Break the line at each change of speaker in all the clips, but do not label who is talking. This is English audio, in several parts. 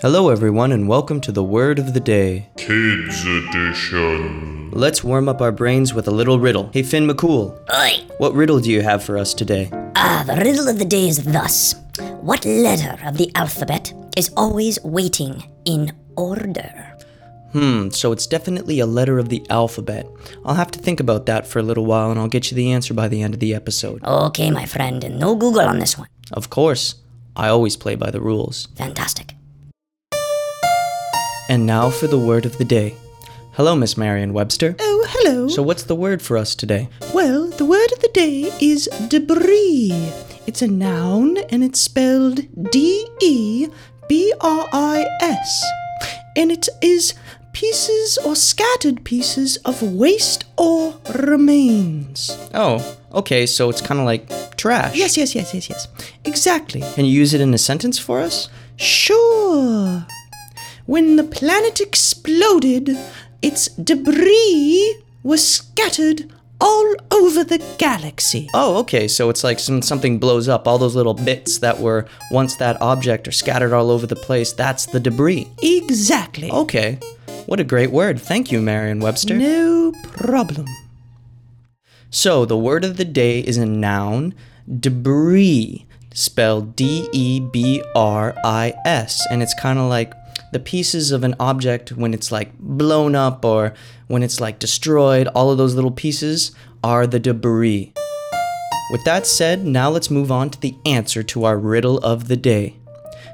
Hello, everyone, and welcome to the word of the day.
Kids Edition.
Let's warm up our brains with a little riddle. Hey, Finn McCool,
Oi!
what riddle do you have for us today?
Ah, the riddle of the day is thus. What letter of the alphabet is always waiting in order?
Hmm, so it's definitely a letter of the alphabet. I'll have to think about that for a little while and I'll get you the answer by the end of the episode.
Okay, my friend, and no Google on this one.
Of course, I always play by the rules.
Fantastic.
And now for the word of the day. Hello, Miss Marion Webster.
Oh, hello.
So, what's the word for us today?
well, the word of the day is debris. It's a noun and it's spelled D E B R I S. And it is pieces or scattered pieces of waste or remains.
Oh, okay, so it's kind of like trash.
Yes, yes, yes, yes, yes. Exactly.
Can you use it in a sentence for us?
Sure. When the planet exploded, its debris was scattered all over the galaxy.
Oh, okay. So it's like some, something blows up. All those little bits that were once that object are scattered all over the place. That's the debris.
Exactly. Oh,
Okay. What a great word. Thank you, Merriam Webster.
No problem.
So the word of the day is a noun, debris, spelled D E B R I S. And it's kind of like the pieces of an object when it's like blown up or when it's like destroyed. All of those little pieces are the debris. With that said, now let's move on to the answer to our riddle of the day.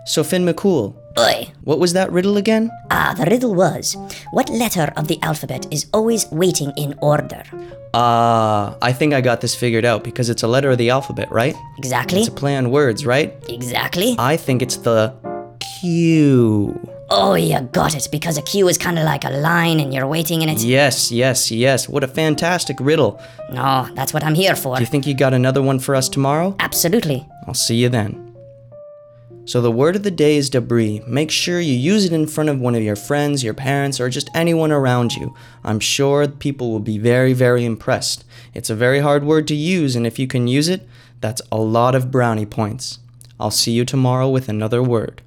So, Finn McCool,
Oi!
what was that riddle again?
Ah, the riddle was What letter of the alphabet is always waiting in order?
Ah, I think I got this figured out because it's a letter of the alphabet, right?
Exactly?
It's a play on words, right?
Exactly?
I think it's the Q.
Oh, you got it, because a queue is kind of like a line and you're waiting in it.
Yes, yes, yes. What a fantastic riddle.
No, that's what I'm here for.
Do you think you got another one for us tomorrow?
Absolutely.
I'll see you then. So, the word of the day is debris. Make sure you use it in front of one of your friends, your parents, or just anyone around you. I'm sure people will be very, very impressed. It's a very hard word to use, and if you can use it, that's a lot of brownie points. I'll see you tomorrow with another word.